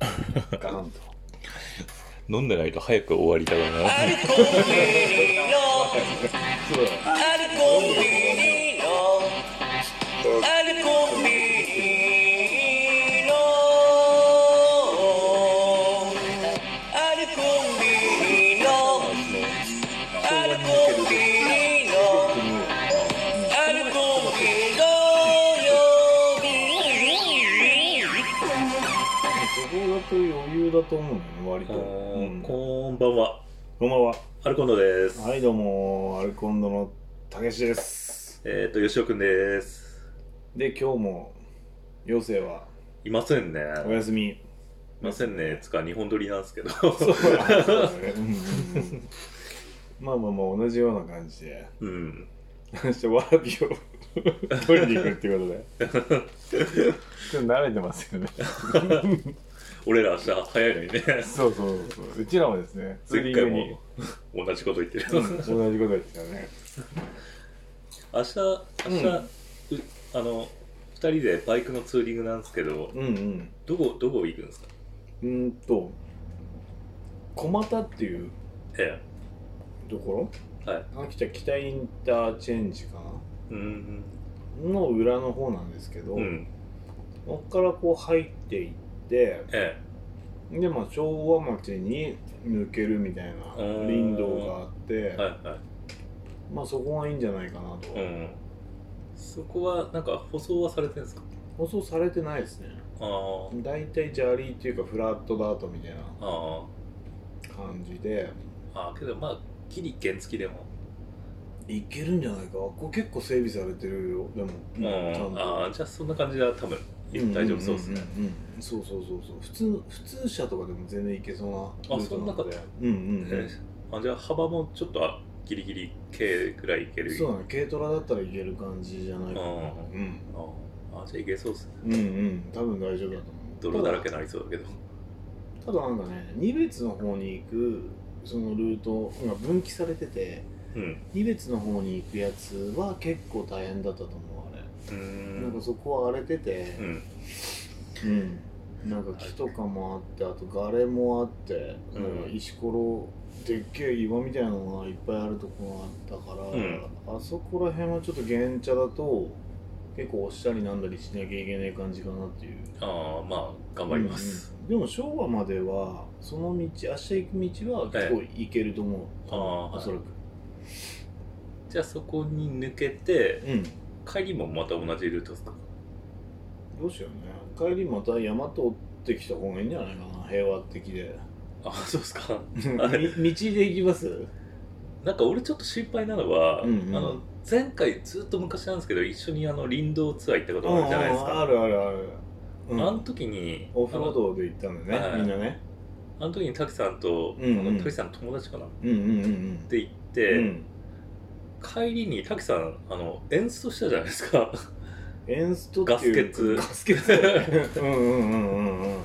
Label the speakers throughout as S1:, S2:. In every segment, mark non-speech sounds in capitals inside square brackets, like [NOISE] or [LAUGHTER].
S1: ガーンと。
S2: 飲んでないと早く終わりだろうな。
S3: アルコーヒーの
S1: そうだ。
S3: アルコーヒーのアルコーヒーのアルコーヒーのアルコーヒーのアルコーヒーの
S1: そこだと余裕だと思うんだよね、割と。うんこ
S4: こんばんは。
S1: んばんは。
S4: アルコンドです。
S1: はい、どうも、アルコンドのたけしです。
S4: えっ、と、吉尾くんです。
S1: で、今日も、妖精はい
S4: ませんね。
S1: お
S4: い
S1: 休み。 [LAUGHS]
S4: ませんね。つか、日本撮りなんですけど。
S1: そうだね。うんうんうんまあまあまあ、同じような感じで。
S4: [LAUGHS]
S1: [LAUGHS]
S4: うん。
S1: そして、わらびを取りに行くっていうことで。ちょっと慣れてますよね。
S4: 俺ら明日早いのにね。
S1: そうそうそう。うちらもですね、釣り
S4: 前
S1: 具
S4: 回
S1: に
S4: も同じこと言ってる。
S1: 同じことですよね。
S4: 明日、明日、
S1: うん
S4: うあの、二人でバイクのツーリングなんですけど、
S1: うんうん。
S4: どこ、どこ行くんですか
S1: うーんと小俣っていう
S4: え
S1: とこ
S4: え。はい。
S1: ろ秋田北インターチェンジか
S4: うん。
S1: なの裏の方なんですけど、
S4: うん。
S1: そっからこう入っていって
S4: え
S1: でまあ昭和町に抜けるみたいな
S4: うん
S1: 林道があって
S4: え。はいはい。
S1: まあそこがいいんじゃないかなと、
S4: うん。そこは、なんか、舗装はされてるんですか
S1: 放送されてないですね
S4: ああ。
S1: 大体砂利っていうかフラットダートみたいな
S4: ああ。
S1: 感じで
S4: ああけどまあギリ原付でも、
S1: いけるんじゃないかここ結構整備されてるよでも、
S4: うん、
S1: ちゃんと
S4: ああじゃあそんな感じだ多分大丈夫そうですね、
S1: んうんうんうんそうそうそうそう普通普通車とかでも全然行けそうな
S4: あそんな
S1: ルートでうんうん、
S4: えーあじゃあ幅もちょっとあギリギリ軽ぐらいいける
S1: そうだね軽トラだったらいける感じじゃないかな
S4: うん
S1: うん
S4: ああじゃあいけそうですね
S1: うんうん多分大丈夫だと思う
S4: 泥だらけになりそうだけど
S1: ただただなんかね二別の方に行くそのルートが分岐されてて
S4: うん
S1: 二別の方に行くやつは結構大変だったと思うあれ、
S4: うー
S1: なんか
S4: ん
S1: そこは荒れてて
S4: うん
S1: うん、なんか木とかもあってあとガレもあって、
S4: うん
S1: なんか石ころでっけえ岩みたいなのがいっぱいあるとこがあったから、あそこら辺はちょっと原茶だと結構押したりなんだりしなきゃいけない感じかなっていう
S4: ああまあ頑張ります、、
S1: うんでも昭和まではその道明日行く道は結構行けると思う、
S4: ああはい
S1: おそらく、
S4: じゃあそこに抜けて
S1: うん
S4: 帰りもまた同じルートですか
S1: どうしようね帰りまた山通ってきた方がいいんじゃないかな平和的
S4: [LAUGHS]
S1: で
S4: ああそうですか
S1: み道で行きます
S4: なんか俺ちょっと心配なのは、
S1: うんうん
S4: あの前回ずっと昔なんですけど一緒にあの林道ツアー行ったことあるじゃないです
S1: うんうん
S4: か
S1: あるあるある、うん
S4: あの時に
S1: オフロードで行ったんだね
S4: あの
S1: みんなね
S4: あのあの時に滝さんと、
S1: うんうん
S4: あの滝さんの友達かなっ
S1: うんうんうん
S4: て行っ
S1: う
S4: て、
S1: んうん
S4: 帰りに滝さんあの演出したじゃないですか [LAUGHS]
S1: エンストっていう
S4: ガス欠
S1: ガスケツうんうんうんうんうん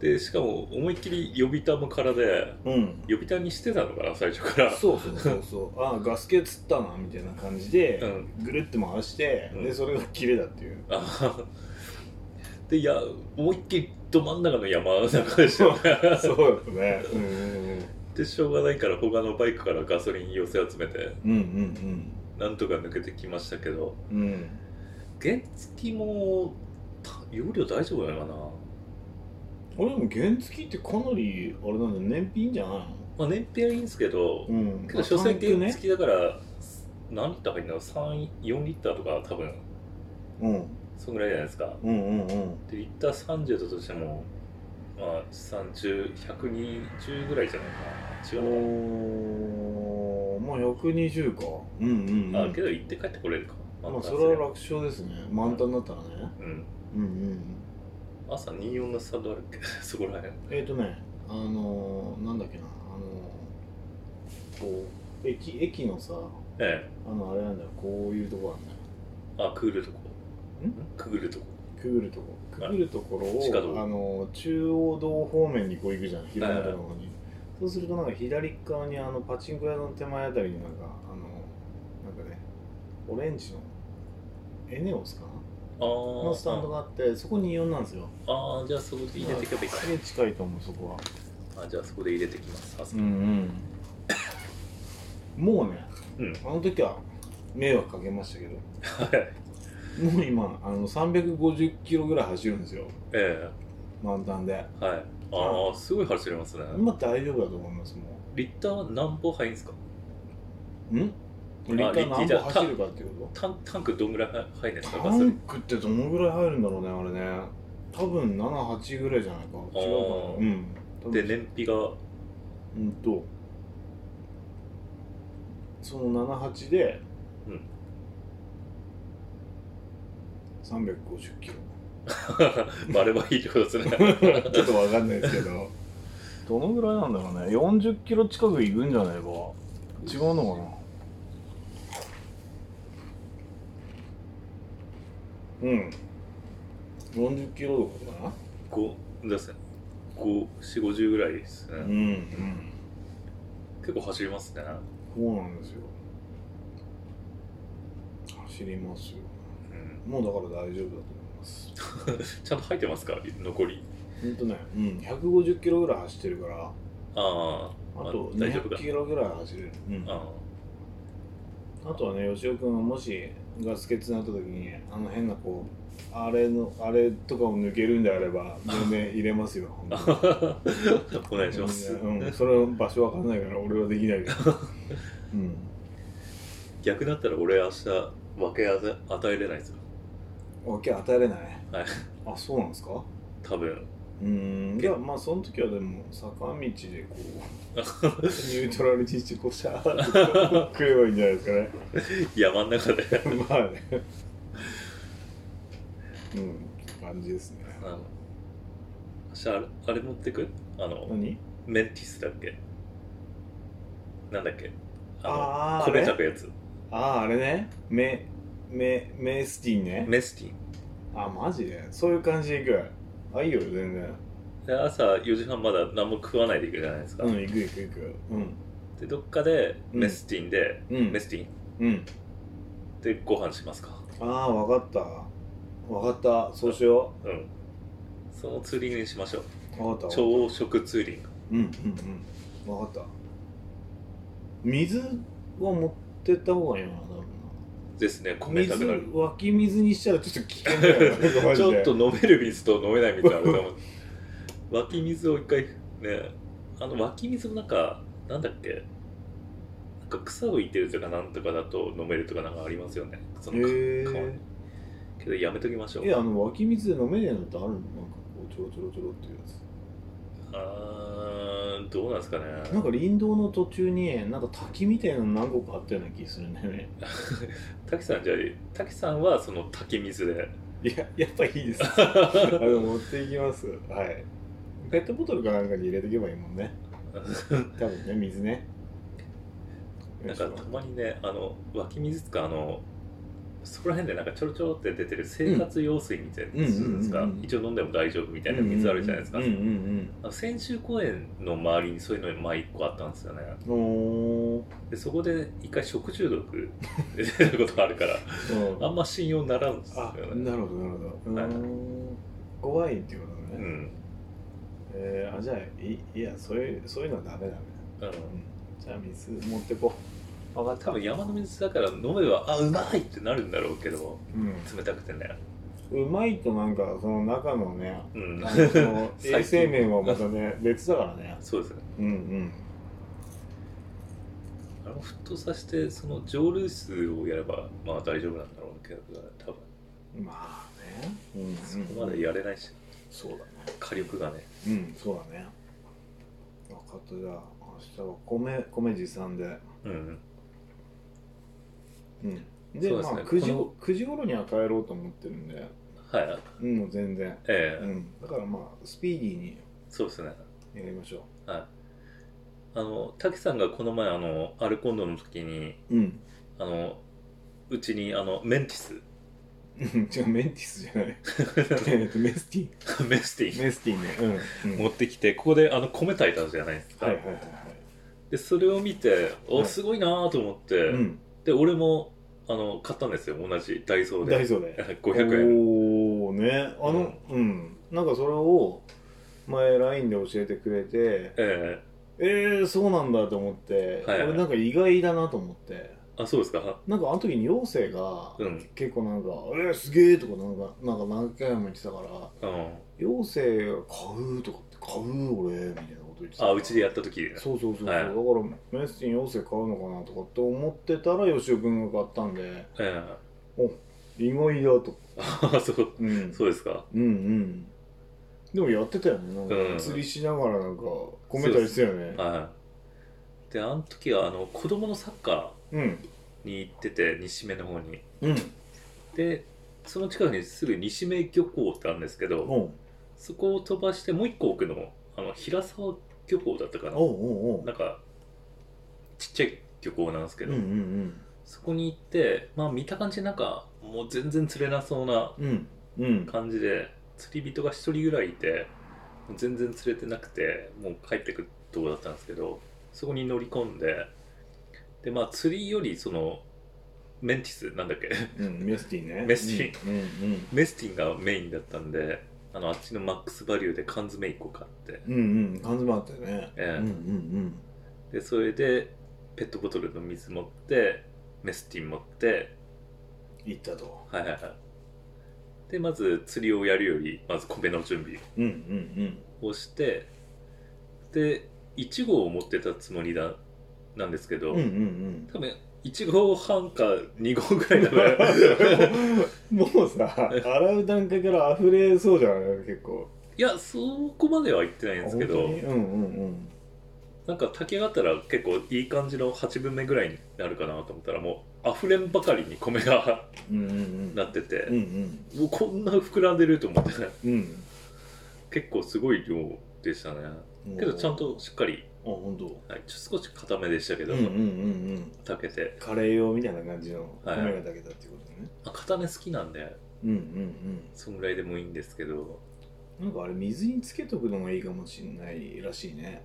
S4: でしかも思いっきり呼びたもからで
S1: うん
S4: 呼びたにしてたのかな最初から
S1: そうそうそう [LAUGHS] そうあガスケつったなみたいな感じで、
S4: うん
S1: ぐるって回して、
S4: うん
S1: でそれがキレだって [LAUGHS] いう
S4: あ [LAUGHS] でいや思いっきりど真ん中の山の中でしたよね
S1: そうですねうんうん
S4: でしょうがないから他のバイクからガソリン寄せ集めて
S1: うんうん
S4: なんとか抜けてきましたけど
S1: うんうん
S4: 原付もた容量大丈夫なのかな、
S1: 俺でも原付ってかなりあれなんだよ燃費いいんじゃないの
S4: まあ、燃費はいいんですけど、
S1: うん
S4: けど所詮
S1: タンク
S4: 原
S1: ね
S4: 付だから何リッター入るの3 4リッターとか多分
S1: うん
S4: そんぐらいじゃないですか
S1: うんうんうん
S4: でリッター30だとしてもまあ30120ぐらいじゃないかな違うのか
S1: おーまあ120かうんうん、うん、
S4: な、あけど行って帰ってこれるか
S1: まあ
S4: た
S1: それは楽勝ですね満タンだったらね
S4: うん
S1: うんうん
S4: 朝24のスタンドあるっけ [LAUGHS] そこら辺
S1: えっ、ー、とねあのー、なんだっけなあのー、こう駅駅のさ
S4: ええ
S1: あのあれなんだよこういうとこあるんだよ
S4: あくぐるとこ
S1: ん
S4: くぐるとこ
S1: くぐるとこくぐるところ
S4: 地下道
S1: をあのー中央道方面にこう行くじゃん広いところに、そうするとなんか左側にあのパチンコ屋の手前あたりになんかあのーなんかねオレンジのエネオスかな
S4: の
S1: のスタンドがあってそこ24なんですよ
S4: あーじゃあそこで入れていけばいいか
S1: すげえ近いと思うそこは
S4: なあじゃあそこで入れてきますあそこ
S1: うんうんもうね
S4: うん
S1: あの時は迷惑かけましたけど
S4: はい
S1: もう今あの350キロぐらい走るんですよ
S4: え
S1: 満タンで
S4: えはいああすごい走れますね
S1: 今大丈夫だと思いますも
S4: リッターは何本入るんですか
S1: うんリッター何
S4: リ
S1: 本
S4: ッター
S1: 走るかっていうこ
S4: タンタンクどんぐらい入るんです
S1: と
S4: か
S1: タ
S4: ガソリ
S1: ン
S4: ン
S1: クってどのぐらい入るんだろうねあれね多分78ぐらいじゃないか
S4: あー
S1: 違うかなうん多分
S4: で燃費が
S1: うんとその78で、
S4: うん
S1: 350キロ
S4: バレバレいいってことですね [LAUGHS]
S1: [LAUGHS] ちょっとわかんないですけどどのぐらいなんだろうね40キロ近くいくんじゃないか違うのかなうん40キロとかか
S4: 5ですね5 4 5 0ぐらいですね、
S1: なうんうん
S4: 結構走りますね
S1: そうなんですよ走りますよ
S4: うん
S1: もうだから大丈夫だと思います
S4: ちゃんと入ってますか残り
S1: ほんとね、うん、150キロぐらい走ってるから
S4: あ
S1: あと
S4: 大丈夫か
S1: 200キロぐらい走れる、うん
S4: ああ
S1: あとはね、吉尾君がもしガス欠になった時にあの変なこうあれのあれとかを抜けるんであれば全然入れますよ本当に
S4: [LAUGHS] あ [LAUGHS] お願いします
S1: うん、それは場所わかんないから俺はできないけ
S4: [LAUGHS]
S1: どうん
S4: 逆だったら俺明日分け与えれないですよ
S1: 分け与えれない
S4: はい
S1: あそうなんですか
S4: 多分
S1: うーんいやまあその時はでも坂道で
S4: [LAUGHS]
S1: こうニュートラルにしてこうシャーッと来ればいいんじゃないですかね
S4: 山の中で [LAUGHS]
S1: まあね。うん、感じですね。
S4: あの明日あれあれ持ってくあの
S1: 何
S4: メンティスだっけなんだっけあ
S1: あー
S4: の
S1: あれ
S4: 米炊くやつ
S1: ああ、あれね。メ、メ、メスティンね。
S4: メスティン
S1: あ、マジでそういう感じで行く。あ、いいよ、全然。
S4: で朝4時半まだ何も食わないでいくじゃないですか、
S1: うん、行く行く行く。うん。
S4: でどっかで
S1: うん
S4: メスティンで、
S1: うん
S4: メスティン
S1: うん。
S4: でご飯しますか
S1: ああ、わかった。わかった。そうしよ
S4: うんそのツーリングにしましょう
S1: う。わかった。うん、
S4: 朝食ツーリング
S1: うん、うん。わかった。水は持ってった方がいいのかな、多分な。
S4: ですね米
S1: 水
S4: 炊くなる
S1: 湧き水にしたらちょっと危険
S4: [LAUGHS]
S1: だよねマジで
S4: ちょっと飲める水と飲めない水あると思う [LAUGHS] 湧き水を一回ねあの湧き水もなんかなんだっけなんか草をいてるとかなんとかだと飲めるとかなんかありますよねそのか
S1: へー
S4: 川にけどやめときましょう
S1: いやあの湧き水で飲めねえのってあるのなんかこうちょろちょろちょろっていうやつ
S4: あーどうなんですかね
S1: なんか林道の途中になんか滝みたいなの何個かあったような気するんだよね
S4: 滝さんじゃあ滝さんはその滝
S1: [LAUGHS]
S4: 水で
S1: [LAUGHS] いややっぱいい [LAUGHS] ですあの持っていきますはいペットボトルかなんかに入れていけばいいもんね多分ね水ね
S4: なんかたまにねあの湧き水っつうかあのそこら辺でなんかちょろちょろって出てる生活用水みたいなやつするんです
S1: う
S4: か、
S1: んうんうんうん
S4: 一応飲んでも大丈夫みたいな水あるじゃないですか、
S1: うんうん
S4: あの千秋公園の周りにそういうの前一個あったんですよね
S1: うんおー
S4: でそこで一回食中毒出ることがあ
S1: [LAUGHS]
S4: るから
S1: うん
S4: あんま信用ならんですよ
S1: あ
S4: ね
S1: なるほどなるほどうーん怖いっていうことだね、
S4: うん、
S1: えー、あじゃあいいやそういうそういうのはダメだね、
S4: うん、
S1: じゃあ水持ってこ
S4: 分かった多分山の水だから飲めばあうまいってなるんだろうけど
S1: う、
S4: 冷たくてね
S1: うまいとなんかその中のね
S4: う
S1: あ
S4: ん
S1: のその
S4: 最近
S1: 衛生面はまたね別だからね
S4: そうですね
S1: うんうん
S4: あの沸騰させてその蒸留水をやればまあ大丈夫なんだろうけど多分
S1: まあね、うんうん、
S4: そこまでやれないし
S1: そうだね
S4: 火力がね
S1: うんそうだね分かったじゃあ明日は米米持参で
S4: うん
S1: うんで
S4: そうです
S1: ま
S4: ね
S1: あ9時
S4: この
S1: 9時頃には帰ろうと思ってるんで、
S4: はい
S1: うん、もう全然、
S4: ええ
S1: うん、だからまあスピーディーに
S4: そうですね
S1: やりましょ
S4: はいあの滝さんがこの前あのアルコンドの時に
S1: ううん [LAUGHS]
S4: あのうちにあのメンティス [LAUGHS]
S1: うん違うメンティスじゃないえっとメスティ
S4: メスティ
S1: メスティねうん、うん
S4: 持ってきてここであの米炊いたじゃないですか、
S1: はいはいはいは
S4: でそれを見て
S1: は
S4: お
S1: い
S4: すごいなーと思って、
S1: いうん
S4: で俺もあの買ったんですよ同じダイソー
S1: ダイ
S4: で
S1: ソーで
S4: [LAUGHS] 500円
S1: おおねあのうん、なんかそれを前 LINE で教えてくれて
S4: え
S1: えー、そうなんだと思って、
S4: はいはい
S1: 俺なんか意外だなと思って
S4: えあそうですか
S1: なんかあの時に陽生が
S4: うん
S1: 結構なんか「えー、すげえ!」とかなんかなんか何回も言ってたから
S4: うん
S1: 陽生が「買う」とかって「買う俺」みたいなこと言ってた
S4: あうちでやった時
S1: そうそうそうそう、
S4: はい
S1: だからメッシン陽性買うのかなとかって思ってたら吉尾君が買ったんで
S4: え [LAUGHS]
S1: 意外だと、
S4: えあそう
S1: うん、
S4: そうですか
S1: うんうんでもやってたよねなんか、
S4: うん
S1: 釣りしながらなんか込めたりしてたよね
S4: はいであの時はあの子供のサッカ
S1: うん
S4: ーに行ってて西目の方に
S1: うん
S4: でその近くにすぐ西目漁港ってあるんですけど、
S1: おう
S4: そこを飛ばしてもう一個奥のあの平沢漁港だったかな
S1: おうおうおう
S4: なんかちっちゃい漁港なんですけ
S1: うん
S4: ど、
S1: うん
S4: そこに行ってまあ見た感じなんかもう全然釣れなそうな
S1: うんうんうん
S4: 感じで釣り人が一人ぐらいいてもう全然釣れてなくてもう帰ってくるとこだったんですけどそこに乗り込んででまあ釣りよりそのメンティスなんだっけ [LAUGHS]
S1: うんメスティンね
S4: メステ
S1: ィンうん
S4: メスティンがメインだったんであのあっちのマックスバリューで缶詰1個買って、
S1: うんうんうん缶詰あったよね
S4: え
S1: うんう
S4: え
S1: ん
S4: でそれでペットボトルの水持ってメスティン持って
S1: うん行ったと
S4: はいはいはいでまず釣りをやるよりまず米の準備
S1: うんうん
S4: をしてで1号を持ってたつもりだなんですけ
S1: う
S4: ど、
S1: んうんうん
S4: 多分1号半か2号ぐらいだからい
S1: うんもうさ洗う段階から溢れそうじゃない結構
S4: やそこまでは行ってないんですけ
S1: 本
S4: ど
S1: 当にうんうん
S4: なんか炊き上がったら結構いい感じの8分目ぐらいになるかなと思ったらもう溢れんばかりに米が
S1: うんうんうん
S4: なってて、
S1: うんうん
S4: もうこんな膨らんでると思って
S1: うん
S4: 結構すごい量でしたね
S1: うん
S4: けどちゃん
S1: あ
S4: としっかり、
S1: 本当
S4: はい、ちょ少し固めでしたけど、
S1: うんうんうんうん
S4: 炊けて
S1: カレー用みたいな感じの
S4: は
S1: 米
S4: い
S1: が炊けたっていうことね
S4: あ固め好きなんで
S1: うんうん
S4: そんぐらいでもいいんですけど
S1: うんなんかあれ水につけとくのがいいかもしれないらしいね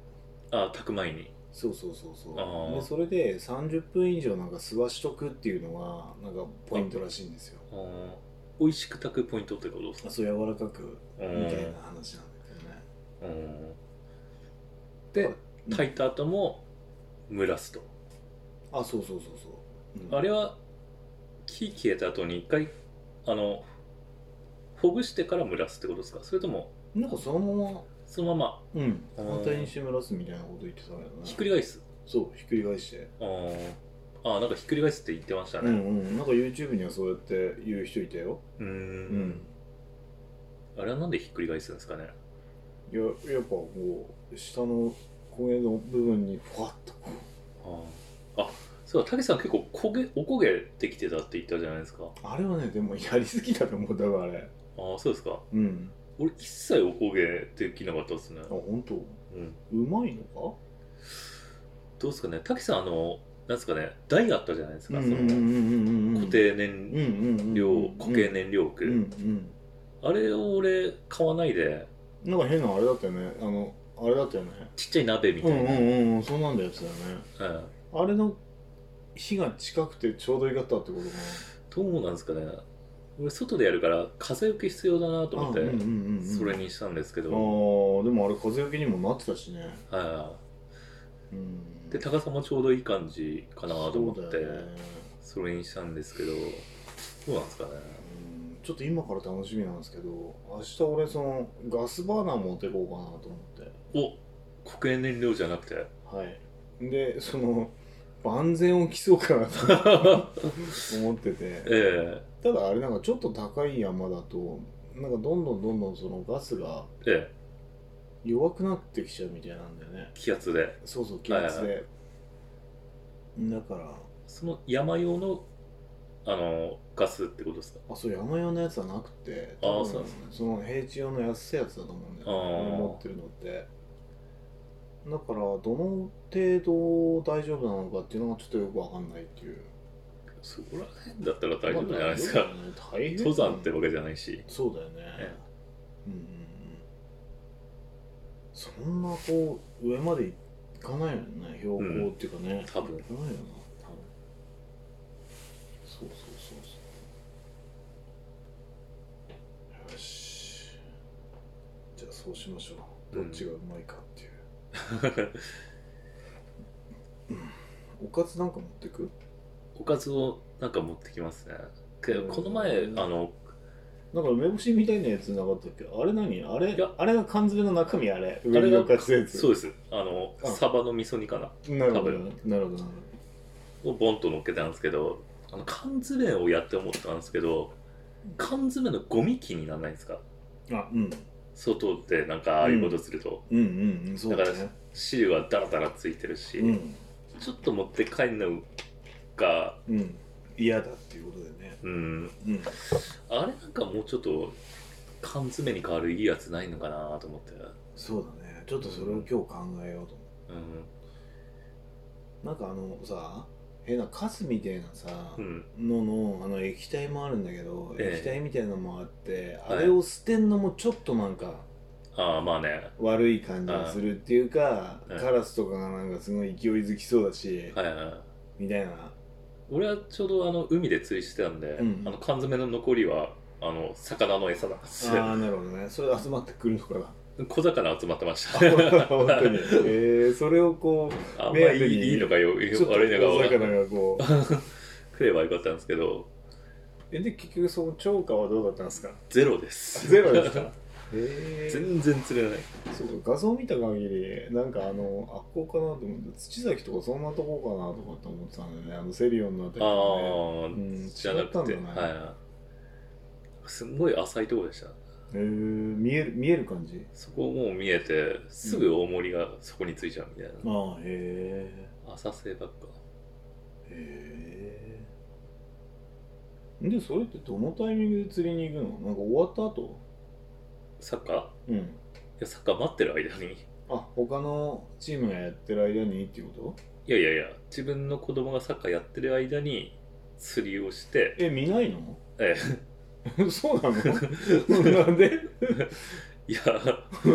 S4: あ炊く前に
S1: そうそうそうそ
S4: あ
S1: う
S4: ー
S1: でそれで30分以上なんか吸わしとくっていうのがなんかポイントらしいんですよ
S4: あー美味しく炊くポイントってことです
S1: あ
S4: か
S1: そう柔らかく
S4: う
S1: みたい
S4: ん
S1: な話なんだけどね
S4: うんで
S1: はい
S4: 炊いた後も蒸らすと、
S1: あそうそうそうそう、うん
S4: あれは火消えた後に一回あのほぐしてから蒸らすってことですかそれとも
S1: なんかそのまま
S4: そのま
S1: うん
S4: あー
S1: 反対にして蒸らすみたいなこと言ってたけどね
S4: まひっくり返す
S1: そうひっくり返して
S4: あーあーなんかひっくり返すって言ってました
S1: う
S4: ね
S1: んうんなんか YouTube にはそうやって言う人いたよ
S4: うーん
S1: うん
S4: あれはなんでひっくり返すんですかね
S1: いややっぱこう下の焦げの部分にふわっとこう
S4: あーあそうだたけしさん結構焦げお焦げできてたって言ったじゃないですか
S1: あれはねでもやりすぎだと思うだからあれ
S4: ああそうですか
S1: うん
S4: 俺一切おこげできなかったですね
S1: あ、本当う
S4: うん、
S1: まいのか
S4: どうですかねたけさんあのなんですかね台あったじゃないですか、その
S1: ん
S4: 固定燃料、固形燃料区、
S1: うんうん
S4: あれを俺買わないで
S1: なんか変なあれだったよねあのあれだったよね
S4: ちっちゃい鍋みた
S1: う
S4: い
S1: ん
S4: な、
S1: うんうんうんそうなんだやつだよね
S4: うん
S1: あれの火が近くてちょうどよかったってことかな
S4: どうなんですかね俺外でやるから風よけ必要だなと思って、
S1: あうんうんうんうん
S4: それにしたんですけ
S1: ああ
S4: ど、
S1: でもあれ風よけにもなってたしね
S4: は
S1: うん
S4: いで高さもちょうどいい感じかなと思って
S1: そう
S4: そ,、
S1: だよね
S4: れにしたんですけどどうなんですかね
S1: うんちょっと今から楽しみなんですけど明日俺そのガスバーナー持ってこうかなと思って
S4: お固形燃料じゃなくて [LAUGHS]
S1: はいでその万全を競うかなと思って
S4: [LAUGHS]
S1: て
S4: え
S1: ただあれなんかちょっと高い山だとなんかどんどんどんどんそのガスが
S4: えええ
S1: 弱くなってきちゃうみたいなんだよね
S4: 気圧で
S1: そうそう気圧
S4: は
S1: でだから
S4: その山用のあのガスってことですか
S1: あそう山用のやつはなくて
S4: あー
S1: 多分
S4: そうなんですね
S1: その平地用の安いやつだと思うんだよね
S4: あー
S1: 持ってるのってだからどの程度大丈夫なのかっていうのがちょっとよくわかんないっていう
S4: そこら辺だったら大丈夫じゃないですか、
S1: まあ大変だよね大変
S4: [LAUGHS] 登山ってわけじゃないし
S1: そうだよね、
S4: え
S1: うんうんうんそんなこう上まで行かないよね標高っていうかね、
S4: 多分
S1: 行かないよな多分そそうそうそうよしじゃあそうしましょうどっちがうまいかっていう、
S4: [LAUGHS]
S1: おかずなんか持ってく
S4: おかずをなんか持ってきますねけど
S1: うん
S4: この前あの
S1: なんか梅干しみたいなやつなかったっけあれ何あれ
S4: いや
S1: あれが缶詰の中身あれ
S4: あ
S1: 上
S4: れ
S1: に
S4: が
S1: おかずやつ
S4: そうですあの
S1: あ
S4: サバの味噌煮かな
S1: なるほど
S4: 多分
S1: なるほどなるほど
S4: をボンと乗っけたんですけどあの缶詰をやって思ったんですけど缶詰のゴミ機にならないですか
S1: あうん
S4: 外でなんかああいうことすると、
S1: うんうんうんそうだ
S4: だか
S1: ね
S4: 汁はダラダラついてるし、
S1: うん
S4: ちょっと持って帰るのが
S1: うん嫌だっていうことでね
S4: うん
S1: うん
S4: あれなんかもうちょっと缶詰に変わるいいやつないのかなと思って
S1: そうだねちょっとそれを今日考えようと思
S4: うん
S1: うなんかあのさ変なカスみたいなさ、
S4: うん
S1: ののあの液体もあるんだけど、
S4: ええ
S1: 液体みたいなのもあって
S4: は
S1: あ
S4: い
S1: れを捨てんのもちょっとなんか
S4: ああまあね
S1: 悪い感じがするっていうか、
S4: うん
S1: カラスとかがなんかすごい勢いづきそうだし、
S4: はいはい
S1: みたいな
S4: 俺はちょうどあの海で釣りしてたんで、
S1: うん
S4: あの缶詰の残りはあの魚の餌だ
S1: ああなるほどねそれ集まってくるのか
S4: [LAUGHS]
S1: な
S4: 小魚集まってました
S1: 本当に、えー、それをこう
S4: [LAUGHS] あんま
S1: 目当
S4: り
S1: てに
S4: いいいいのかよ悪い
S1: ちょっと
S4: の
S1: お
S4: か
S1: 魚がこう
S4: [LAUGHS] 食えばよかったんですけど
S1: えで結局その釣果はどうだったんですか
S4: ゼロです
S1: ゼロですかえー、
S4: [LAUGHS] 全然釣れない
S1: そうか画像見た限りなんかあのあっこうかなと思って土崎とかそんなとこかなとかって思ってたんだよねあのセリオンのあたり
S4: あ
S1: と
S4: あ、
S1: かねうん
S4: じゃなくて、
S1: 違ったんだね
S4: はいすんごい浅いところでした
S1: へえー、見える見える感じ
S4: そこもう見えてすぐ大盛りがそこについちゃうみたいな、
S1: ああへえ
S4: 浅瀬ばっか
S1: へえでそれってどのタイミングで釣りに行くのなんか終わった後
S4: サッカーい
S1: うん
S4: やサッカー待ってる間に
S1: あ他のチームがやってる間にっていうこと
S4: いやいやいや自分の子供がサッカーやってる間に釣りをして
S1: え見ないの
S4: え
S1: [LAUGHS] そうなのなん [LAUGHS] で
S4: [LAUGHS] えいや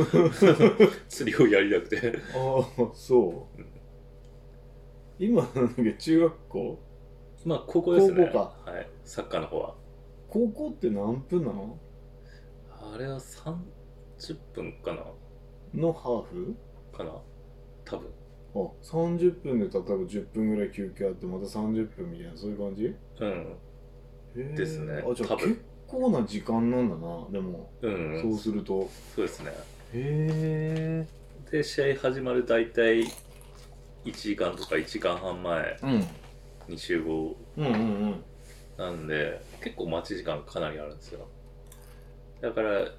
S4: [LAUGHS] 釣りをやりたくて
S1: ああそう今なんだっけ中学校
S4: まあ高校ですね
S1: 高校
S4: はい、サッカーの方は
S1: 高校って何分なの
S4: あれは30分かな
S1: のハーフ
S4: かな多分
S1: あ30分で例えば10分ぐらい休憩あってまた30分みたいなそういう感じへ
S4: うん
S1: え
S4: ですね
S1: あじゃあ
S4: 多分
S1: 結構な時間なんだなでも、
S4: うん
S1: そうすると
S4: そうですね
S1: へえ
S4: で試合始まる大体1時間とか1時間半前
S1: うん
S4: に集合
S1: うんうんうん
S4: なんで結構待ち時間かなりあるんですよだから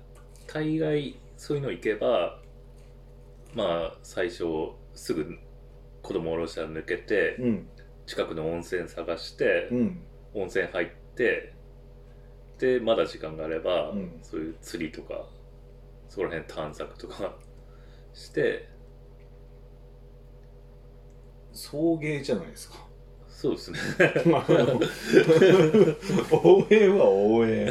S4: 大概そういうの行けばまあ最初すぐ子供降ろしたら抜けて
S1: うん
S4: 近くの温泉探して
S1: うん
S4: 温泉入ってでまだ時間があれば、
S1: うん
S4: そういう釣りとかそこら辺探索とか [LAUGHS] して
S1: 送迎じゃないですか [LAUGHS]
S4: そうですね [LAUGHS]
S1: 応援は応援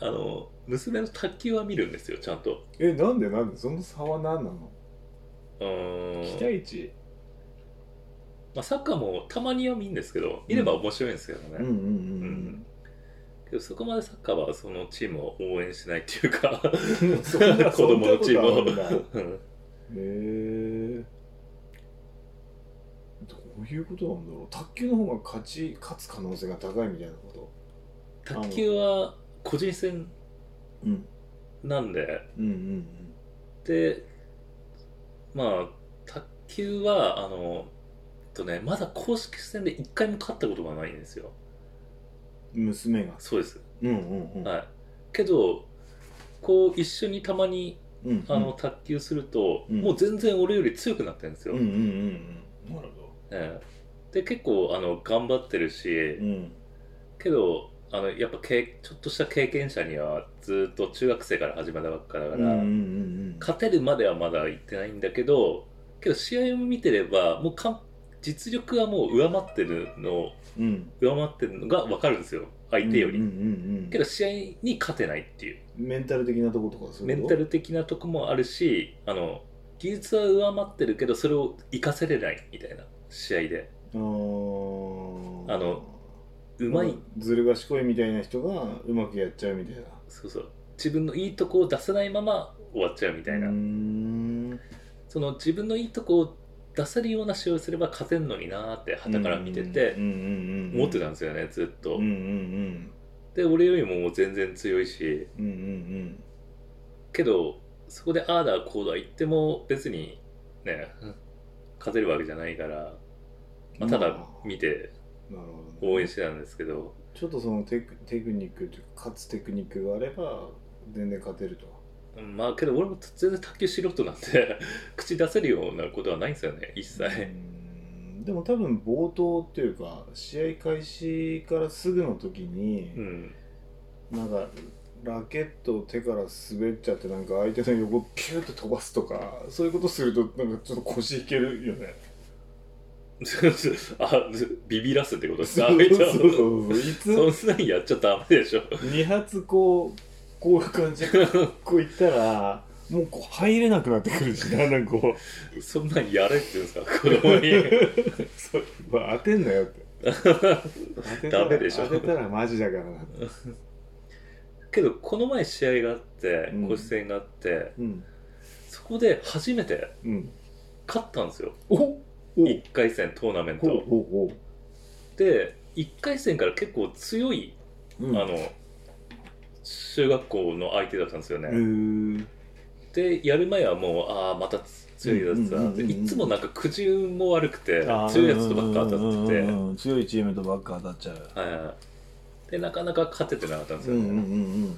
S4: あの娘の卓球は見るんですよちゃんと
S1: [LAUGHS] えなんでなんでその差は何なの
S4: う
S1: 期
S4: ーん、
S1: 待値
S4: まあ、サッカーもたまには見るんですけど見れば面白いんですけどね、
S1: うんうんうん
S4: けどそこまでサッカーはそのチームを応援しないっていうか [LAUGHS]
S1: うん
S4: 子供のチーム
S1: そんなことあるんだ
S4: をうん
S1: へえどういうことなんだろう卓球の方が勝ち勝つ可能性が高いみたいなこと
S4: 卓球は個人戦
S1: うん
S4: なんで
S1: うんうん
S4: でまあ卓球はあのえっとねまだ公式戦で1回も勝ったことがないんですよ
S1: うん娘が
S4: そうです、
S1: うんうんうん
S4: はいけどこう一緒にたまに
S1: うん
S4: あの、卓球すると、
S1: うん
S4: もう全然俺より強くなってるんですよ、
S1: うんうんうんうんなるほど
S4: ええで結構あの頑張ってるし、
S1: うん
S4: けどあのやっぱけちょっとした経験者にはずっと中学生から始まったばっかだから、
S1: うんうんうん
S4: 勝てるまではまだ行ってないんだけどけど試合を見てればもうかん実力はもう上回ってるの
S1: うんうん
S4: 上回ってるのが分かるんですよ相手より、
S1: うんうんうん
S4: けど試合に勝てないっていう
S1: メンタル的なとことかそうい
S4: メ
S1: う
S4: ン
S1: こ
S4: タ
S1: と
S4: ル的なとこもあるしあの技術は上回ってるけどそれを活かせれないみたいな試合で
S1: あ
S4: あのうまい
S1: ずる賢いみたいな人がうまくやっちゃうみたいなみ
S4: そうそう自分のいいとこを出さないまま終わっちゃうみたいな、
S1: ん
S4: その自分のいいとこを出せるような試合をすれば勝てんのになーってはたから見てて
S1: うんうんうん
S4: 思ってたんですよねずっと、
S1: うんうん
S4: で俺よりももう全然強いし
S1: うんうんうん
S4: けどそこでああだこうだ言っても別にね勝てるわけじゃないから、まあ、ただ見て
S1: うんなるほどね
S4: 応援してたんですけど
S1: ちょっとそのテクテクニックというか勝つテクニックがあれば全然勝てると
S4: まあけど俺も全然卓球素人なんで [LAUGHS] 口出せるようなことはないんですよね一切、
S1: うんでも多分冒頭っていうか試合開始からすぐの時に、
S4: うん、
S1: なんかラケットを手から滑っちゃってなんか相手の横をキューッと飛ばすとかそういうことするとなんかちょっと腰いけるよね
S4: [LAUGHS] あビビらすってことですか
S1: そうそうそう
S4: 相手を
S1: そういつ
S4: そんなんやっちゃダメでしょ
S1: 2発こうこういう感じでこういったらもうこう入れなくなってくるしななんかこう
S4: そんなんやれって言うんですか子供
S1: [LAUGHS]
S4: に
S1: そううわ当てんな
S4: [LAUGHS]
S1: よって当てたら
S4: ダメでしょ
S1: 当てたらマジだからな
S4: けどこの前試合があって
S1: うん
S4: 個室戦があって、
S1: うん
S4: そこで初めて
S1: うん
S4: 勝ったんですよ
S1: おほう
S4: 1回戦トーナメン
S1: ほう
S4: ト
S1: ほ
S4: で1回戦から結構強い、
S1: うほう
S4: あの中学校の相手だったんですよね、
S1: うんへ
S4: でやる前はもうああまた強いやつだ
S1: うんうんうんうん
S4: っていつもなんか苦渋も悪くて
S1: えあー
S4: 強いやつとばっか当たってて、
S1: うんうんうん強いチームとばっか当たっちゃう
S4: はい、でなかなか勝ててなかったんです
S1: う
S4: よ
S1: ん
S4: ね、
S1: うんうん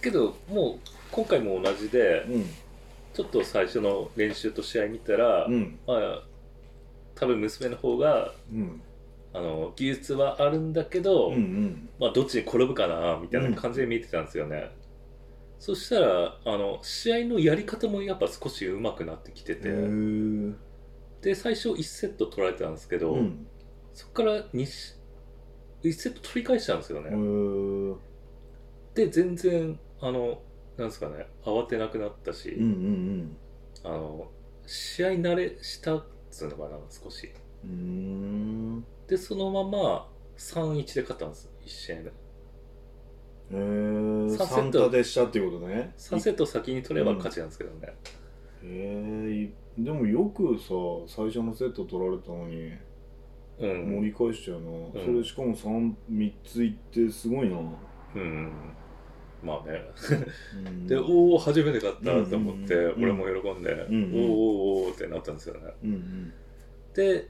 S4: けどもう今回も同じで
S1: うん
S4: ちょっと最初の練習と試合見たら、
S1: うん
S4: まあ多分娘の方が
S1: うん
S4: あの技術はあるんだけど、
S1: うんうん
S4: まあ、どっちに転ぶかなみたいな感じで見てたんですよね、そしたらあの試合のやり方もやっぱ少し上手くなってきてて、
S1: へー
S4: で最初1セット取られてたんですけど、
S1: うん
S4: そこから2し1セット取り返したんですよね、
S1: うん
S4: で全然あのなんですかね慌てなくなったし、
S1: うんうん
S4: あの試合慣れしたっつうのかな少し
S1: うんうーん
S4: でそのまま3-1で勝ったんです1試合目
S1: へー
S4: 三セ
S1: 三
S4: ット
S1: タでしたっていうことね
S4: 3セット先に取れば勝ちなんですけどね、
S1: へーいでもよくさ最初のセット取られたのに
S4: うん
S1: 盛り返しちゃうな、
S4: ん
S1: それしかも 3, 3ついってすごいな、
S4: うんまあね
S1: うん
S4: でおお初めて勝ったと思って、
S1: うんうんうん
S4: 俺も喜んで、
S1: んうん
S4: おおおーおーってなったんですよね
S1: うん
S4: で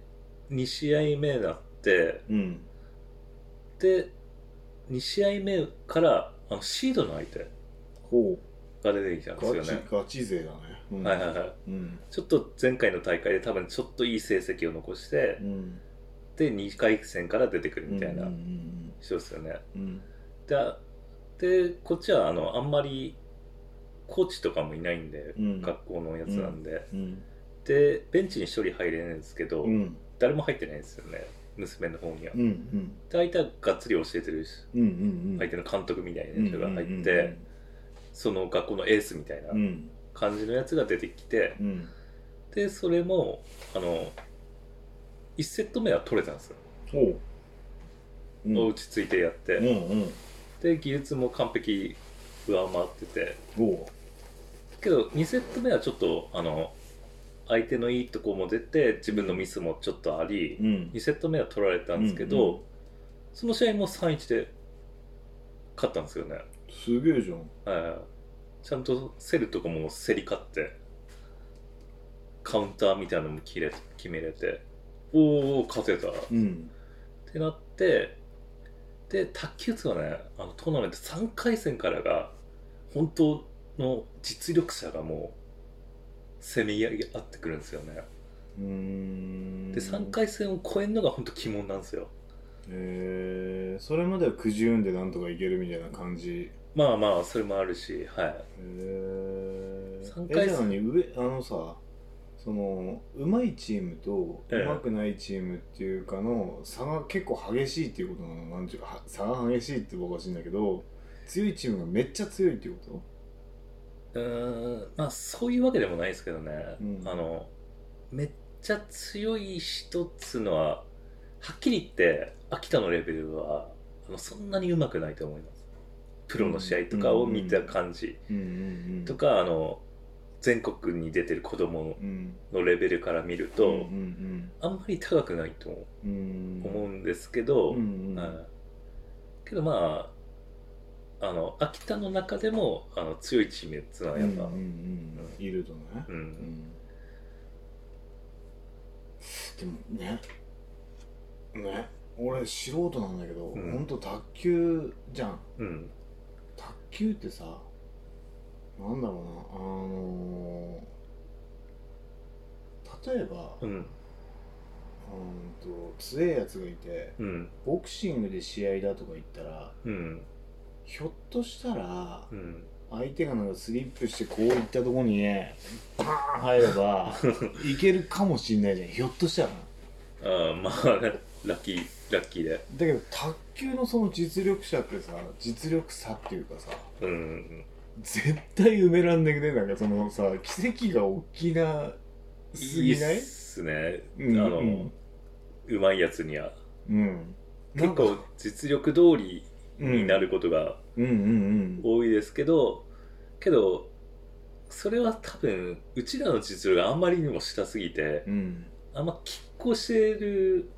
S4: 2試合目なって
S1: うんうん
S4: で2試合目からあのシードの相手
S1: ほう
S4: が出てきたんです
S1: ガ
S4: よ
S1: チ、
S4: ね
S1: ガチ勢だねうん
S4: はいはいはい
S1: うん
S4: ちょっと前回の大会で多分ちょっといい成績を残して
S1: う、ん
S4: で2回戦から出てくるみたいな
S1: うん
S4: 人ですよね。
S1: うんうん
S4: ででこっちはあのあんまりコーチとかもいないんで、
S1: うん
S4: 学校のやつなんで、
S1: うん
S4: でベンチに1人入れないんですけど、
S1: うん
S4: 誰も入ってないんですよね娘の方には。
S1: うんうん
S4: で相手はがっつり教えてるし
S1: うんうんうん
S4: 相手の監督みたいな人が入って、その学校のエースみたいな
S1: うん
S4: 感じのやつが出てきて、
S1: うん
S4: でそれもあの1セット目は取れたんですよ。
S1: ほううんうん
S4: 落ち着いてやって、
S1: うん
S4: で技術も完璧上回ってて
S1: ほ
S4: けど2セット目はちょっとあの相手のいいとこも出て自分のミスもちょっとあり
S1: ううん
S4: 2セット目は取られたんですけど、
S1: うんうん
S4: その試合も3-1で勝ったんですよね、
S1: すげえじゃん
S4: えーちゃんと競るとこも競り勝ってカウンターみたいなのも決れ決めれておお勝てた
S1: うん
S4: ってなってで卓球とはねあのトーナメント3回戦からが本当の実力者がもう攻め合ってくるんですよね
S1: うーん
S4: で3回戦を超えるのが本当鬼門なんですよ
S1: えー、それまではくじ運でなんとかいけるみたいな感じ
S4: まあまあそれもあるしはい
S1: へえ
S4: 三
S1: え
S4: 回戦
S1: じゃあ何上あのさそのうまいチームと
S4: ええ
S1: うまくないチームっていうかの差が結構激しいっていうことなのなんていうかは差が激しいっておかしいんだけど強いチームがめっちゃ強いっていうこ
S4: うーんまあそういうわけでもないですけどね、
S1: うん
S4: あのめっちゃ強い人っつうのははっきり言って秋田のレベルはあのそんなにうまくないと思いますプロの試合とかを見た感じ、
S1: うんうんうん
S4: とかあの全国に出てる子供
S1: うん
S4: のレベルから見る
S1: う
S4: と、
S1: ん
S4: あんまり高くないと思う
S1: うんうん
S4: 思うんですけど、
S1: うんうん
S4: はいけどまああの秋田の中でもあの強いチームっていうのはやっぱ、う
S1: うんうん
S4: ん
S1: うんいるとねうんでもねね俺素人なんだけど、
S4: うん
S1: ほんと卓球じゃん
S4: うん
S1: 卓球ってさなんだろうなあのー例えば、
S4: う
S1: うん
S4: ん
S1: と強えやつがいて
S4: うん
S1: ボクシングで試合だとか言ったら
S4: うん
S1: ひょっとしたら
S4: うん
S1: 相手がなんかスリップしてこういったとこにねパーン入れ
S4: [LAUGHS]
S1: ばいけるかもしんないじゃんひょっとしたらな
S4: あーまあねラッキーラッキーで
S1: だけど卓球のその実力者ってさ実力差っていうかさ
S4: うん
S1: 絶対埋めらんなくねなんかそのさ奇跡が大きなす
S4: い
S1: ぎ
S4: いっ
S1: ない
S4: すね、
S1: うん
S4: あの、
S1: う
S4: うんまいやつには
S1: うん
S4: 結
S1: なん
S4: 構
S1: か
S4: 実力通り
S1: うん
S4: になることが
S1: うんうんうん
S4: 多いですけど、けどそれは多分うちらの実力があんまりにも下すぎて、
S1: うん
S4: あんま拮抗してる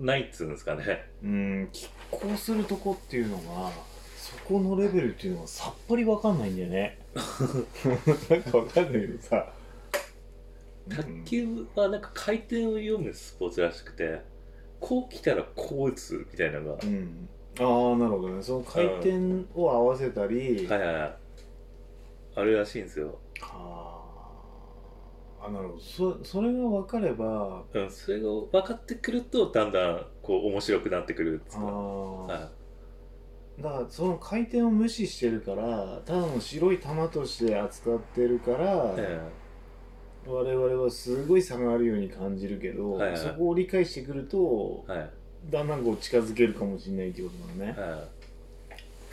S4: ないっつうんですかね
S1: うん拮抗するとこっていうのがそこのレベルっていうのはさっぱりわかんないんだよ
S4: [LAUGHS]
S1: ねなんかわかんないけどさ
S4: 卓球はなんか回転を読むスポーツらしくてこう来たらこう打つみたいなのが、
S1: うん、ああなるほどねその回転を合わせたり、
S4: はいはいはいあるらしいんですよ
S1: あーあなるほどそそれが分かれば
S4: うんそれが分かってくるとだんだんこう面白くなってくるっつ
S1: あ
S4: う
S1: ー、
S4: かは
S1: だからその回転を無視してるからただの白い球として扱ってるから、
S4: い、え
S1: 我々はすごい差があるように感じるけど、
S4: はいはい
S1: そこを理解してくると、
S4: えはい
S1: だんだんこう近づけるかもしれないってことだね、
S4: は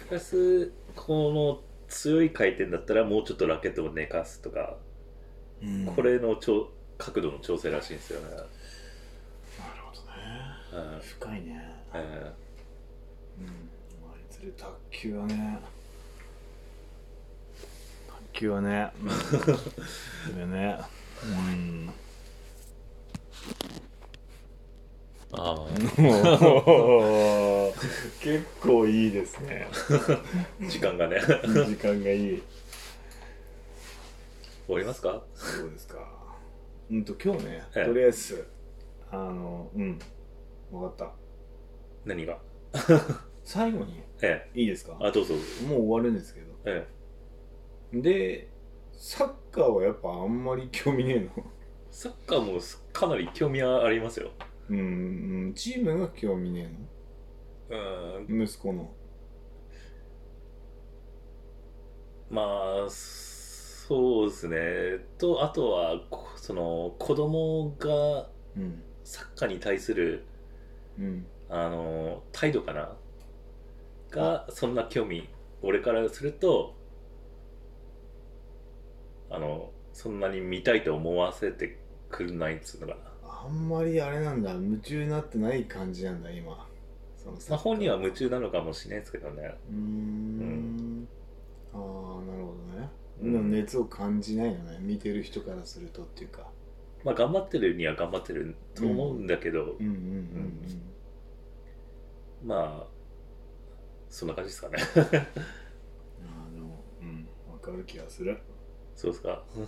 S4: いプラスこの強い回転だったらもうちょっとラケットを寝かすとか、
S1: うん
S4: これのちょ角度の調整らしいんですよね、
S1: なるほどね
S4: はい
S1: 深いね、
S4: え
S1: うん、あいつで卓球はね卓球はねうんでねうん
S4: ー、ああ
S1: [LAUGHS] 結構いいですね
S4: 時間がね
S1: 時間がいい
S4: 終わりますか
S1: そうですかうんと今日ね
S4: ええ
S1: とりあえずあのうん分かった
S4: 何が
S1: 最後に
S4: え
S1: いいですか
S4: えあ
S1: も
S4: どうぞ
S1: う終わるんですけど
S4: ええ
S1: でサッカーはやっぱあんまり興味ねえの
S4: サッカーもすかなり興味はありますよ
S1: うんうんチームが興味ね
S4: うん
S1: えの息子の
S4: まあそうですねとあとはこその子供が
S1: うん
S4: サッカーに対する
S1: うん
S4: あの態度かながそんな興味俺からするとあのそんなに見たいと思わせてくれないっつうのかな
S1: あんまりあれなんだ夢中になってない感じなんだ今そのサッ
S4: まあ
S1: カー
S4: 本人は夢中なのかもしれないですけどね
S1: うーんああなるほどね、
S4: うん
S1: でも熱を感じないよね見てる人からするとっていうか
S4: まあ頑張ってるには頑張ってると思うんだけど、
S1: うんうん
S4: まあそんな感じですかね [LAUGHS]
S1: うんうんああでもうん分かる気がする
S4: そうですか
S1: うん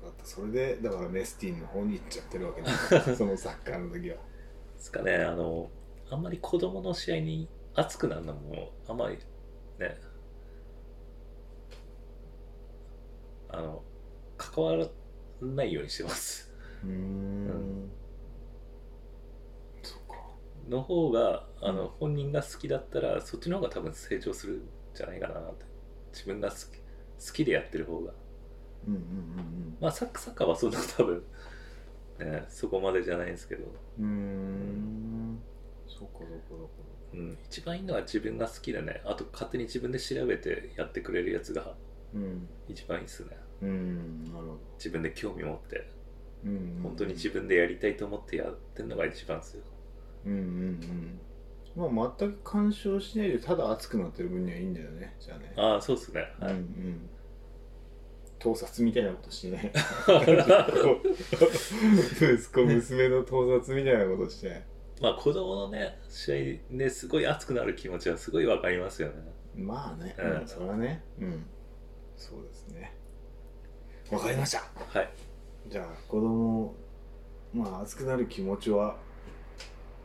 S1: 分かったそれでだからメスティンの方に行っちゃってるわ
S4: [LAUGHS]
S1: けねそのサッカーの時は
S4: ですかねあのあんまり子供の試合に熱くなるのもあんまりねあの関わらないようにしてます
S1: うーんそっか
S4: の方があの、
S1: うん
S4: 本人が好きだったらそっちの方が多分成長するんじゃないかなって自分が好き好きでやってる方が
S1: うんうんうん
S4: まあサッカーサッカーはそんな多分、ね、そこまでじゃないんですけど、
S1: うんうーんそっかそっかそっか
S4: うん、一番いいのは自分が好きでねあと勝手に自分で調べてやってくれるやつが
S1: うん
S4: 一番いいっすね
S1: うんなるほど
S4: 自分で興味持って
S1: うん
S4: 本当に自分でやりたいと思ってやってるのが一番ですよ
S1: うんうんうんまあ全く干渉しないでただ熱くなってる分にはいいんだよねじゃあね
S4: ああそうっすねは
S1: う
S4: い、
S1: ん [LAUGHS] うん盗撮みたいなことしてね息子娘の盗撮みたいなことして
S4: [LAUGHS] まあ子供のね試合ですごい熱くなる気持ちはすごいわかりますよね
S1: まあね、
S4: うん
S1: うん、それはねうんそうですねわかりました
S4: はい
S1: じゃあ子供まあ熱くなる気持ちは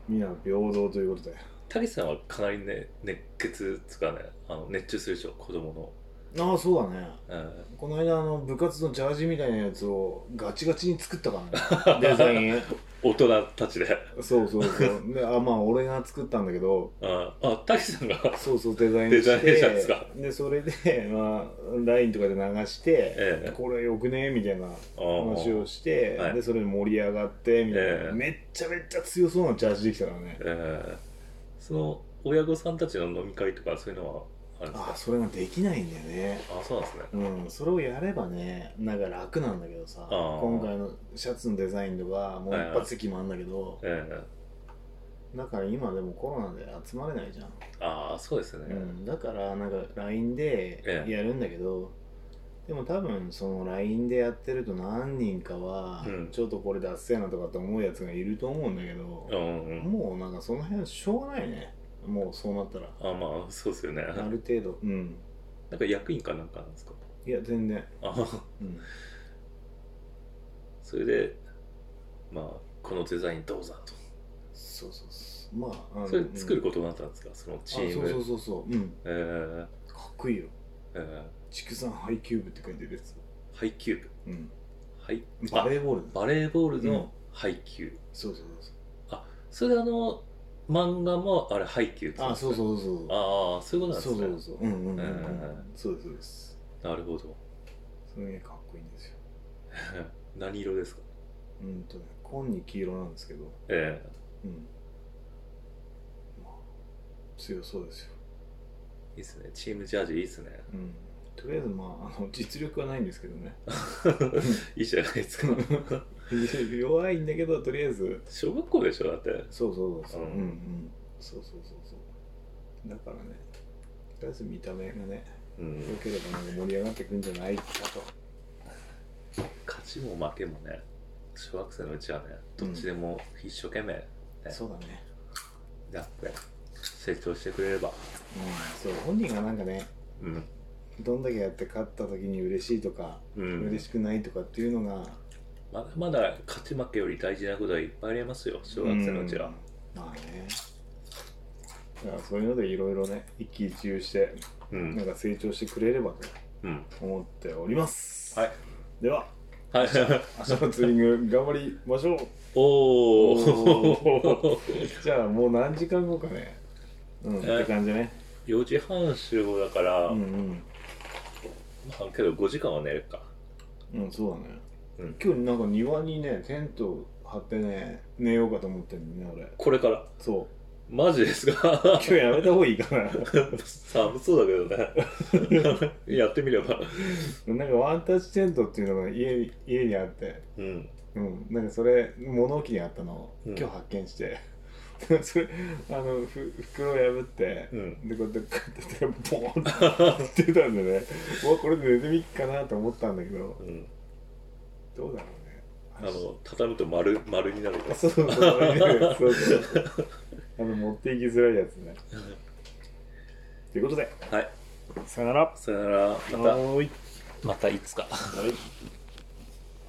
S1: 皆平等ということで
S4: たけしさんはかなりね熱血つかねあの熱中するでしょ子供の、
S1: ああそうだね
S4: うん、
S1: この間あの部活のジャージみたいなやつをガチガチに作ったからね [LAUGHS] デザイン
S4: [LAUGHS] 大人たちで
S1: そうそうそうであまあ俺が作ったんだけど
S4: ああたけしさんが [LAUGHS]
S1: そうそうデザインして
S4: デザインしたんですか
S1: でそれで、まあ、ラインとかで流して、
S4: ええ
S1: これよくねみたいな話をして、
S4: はい
S1: でそれで盛り上がってみたいな、
S4: ええ
S1: めっちゃめっちゃ強そうなジャージできたからね
S4: えーその親御さんたちの飲み会とかそういうのはあるんです
S1: あ
S4: か
S1: あそれができないんだよね
S4: あそうなんですね
S1: うん、それをやればねなんか楽なんだけどさ
S4: あー
S1: 今回のシャツのデザインとかもう一発席もあんだけど、
S4: え
S1: だから今でもコロナで集まれないじゃん、
S4: ー、ああそうですね、
S1: うん、だからなんか LINE で
S4: ええ
S1: やるんだけど、でも多分その LINE でやってると何人かは、
S4: うん
S1: ちょっとこれダッセーなとかって思うやつがいると思うんだけど
S4: う、んうん
S1: もうなんかその辺はしょうがないねもうそうなったら
S4: あまあそうですよね
S1: ある程度うん
S4: なんか役員かなんかなんですか
S1: いや全然、 [LAUGHS]
S4: あ
S1: うん、
S4: それでまあこのデザインどうぞと
S1: そうそうそうまああの
S4: それ作ることになったんですかそのチーム
S1: あそうそうそうそううん
S4: えー
S1: かっこいいよ
S4: え
S1: 畜産ハイキューブって書いてるやつ、
S4: ー、ハイキューブ
S1: うん、
S4: ハイ
S1: バレーボール
S4: あ
S1: だ
S4: バレーボール
S1: うん
S4: のハイキュー、
S1: そうそうそう
S4: それあの漫画もあれハイキューって
S1: そうあそう
S4: う
S1: そうそうそう
S4: ああそういうことなんです
S1: そう
S4: ね
S1: そうそううんうんうん、う
S4: うん
S1: ん、そうですそうです
S4: なるほど
S1: すげえかっこいいんですよ
S4: 何色ですか
S1: うんとね紺に黄色なんですけど
S4: え
S1: う
S4: え
S1: んまあ強そうですよ
S4: いいっすねチームジャージいいっすね
S1: うんとりあえずまああの実力はないんですけど [LAUGHS] ね
S4: いいじゃないですか
S1: [LAUGHS] 弱いんだけどとりあえず
S4: 小学校でしょだって
S1: そうそうそうそう
S4: う
S1: うんんうんそうそうそうそうだからねとりあえず見た目がね
S4: う
S1: 良
S4: ん
S1: ければなんか盛り上がってくんじゃないかと
S4: 勝ちも負けもね小学生のうちはねどっちでも一生懸命ね
S1: そうだね
S4: やって成長してくれれば
S1: うんそう本人がなんかね
S4: うん
S1: どんだけやって勝った時に嬉しいとか、
S4: うん
S1: 嬉しくないとかっていうのが
S4: まだまだ勝ち負けより大事なことはいっぱいありますよ小学生のうちは、
S1: んまあねだからそういうのでいろいろね一喜一憂して
S4: う
S1: なん
S4: ん
S1: か成長してくれればと
S4: うん、
S1: 思っております、
S4: はい
S1: では
S4: は
S1: 明
S4: い
S1: 日のツーリング頑張りましょう
S4: [LAUGHS]
S1: お
S4: おお
S1: じゃあもう何時間後かねうん、
S4: え
S1: って感じね
S4: 4時半集合だから、
S1: うん
S4: まあけど5時間は寝るか
S1: うんうんそうだね、
S4: うん
S1: 今日なんか庭にねテント張ってね寝ようかと思ってんのね俺
S4: これから
S1: そう
S4: マジですか
S1: 今日やめた方がいいかな [LAUGHS]
S4: 寒そうだけどね [LAUGHS] やってみれば
S1: なんかワンタッチテントっていうのが家に家にあって、
S4: うん
S1: うん、なんかそれ物置にあったのを
S4: うん
S1: 今日発見して、 [LAUGHS] それあのふ袋を破って、
S4: うん
S1: でこうやってこうやってやってボーンって出たんでねうわこれで寝てみっかなと思ったんだけど
S4: うん
S1: どうだろ
S4: あ
S1: うね
S4: の畳むと丸丸になるから
S1: そうそうそうそうそうあの持っていきづらいやつねということで
S4: はい
S1: さよなら
S4: さよならま
S1: はーい
S4: たまたいつか
S1: はい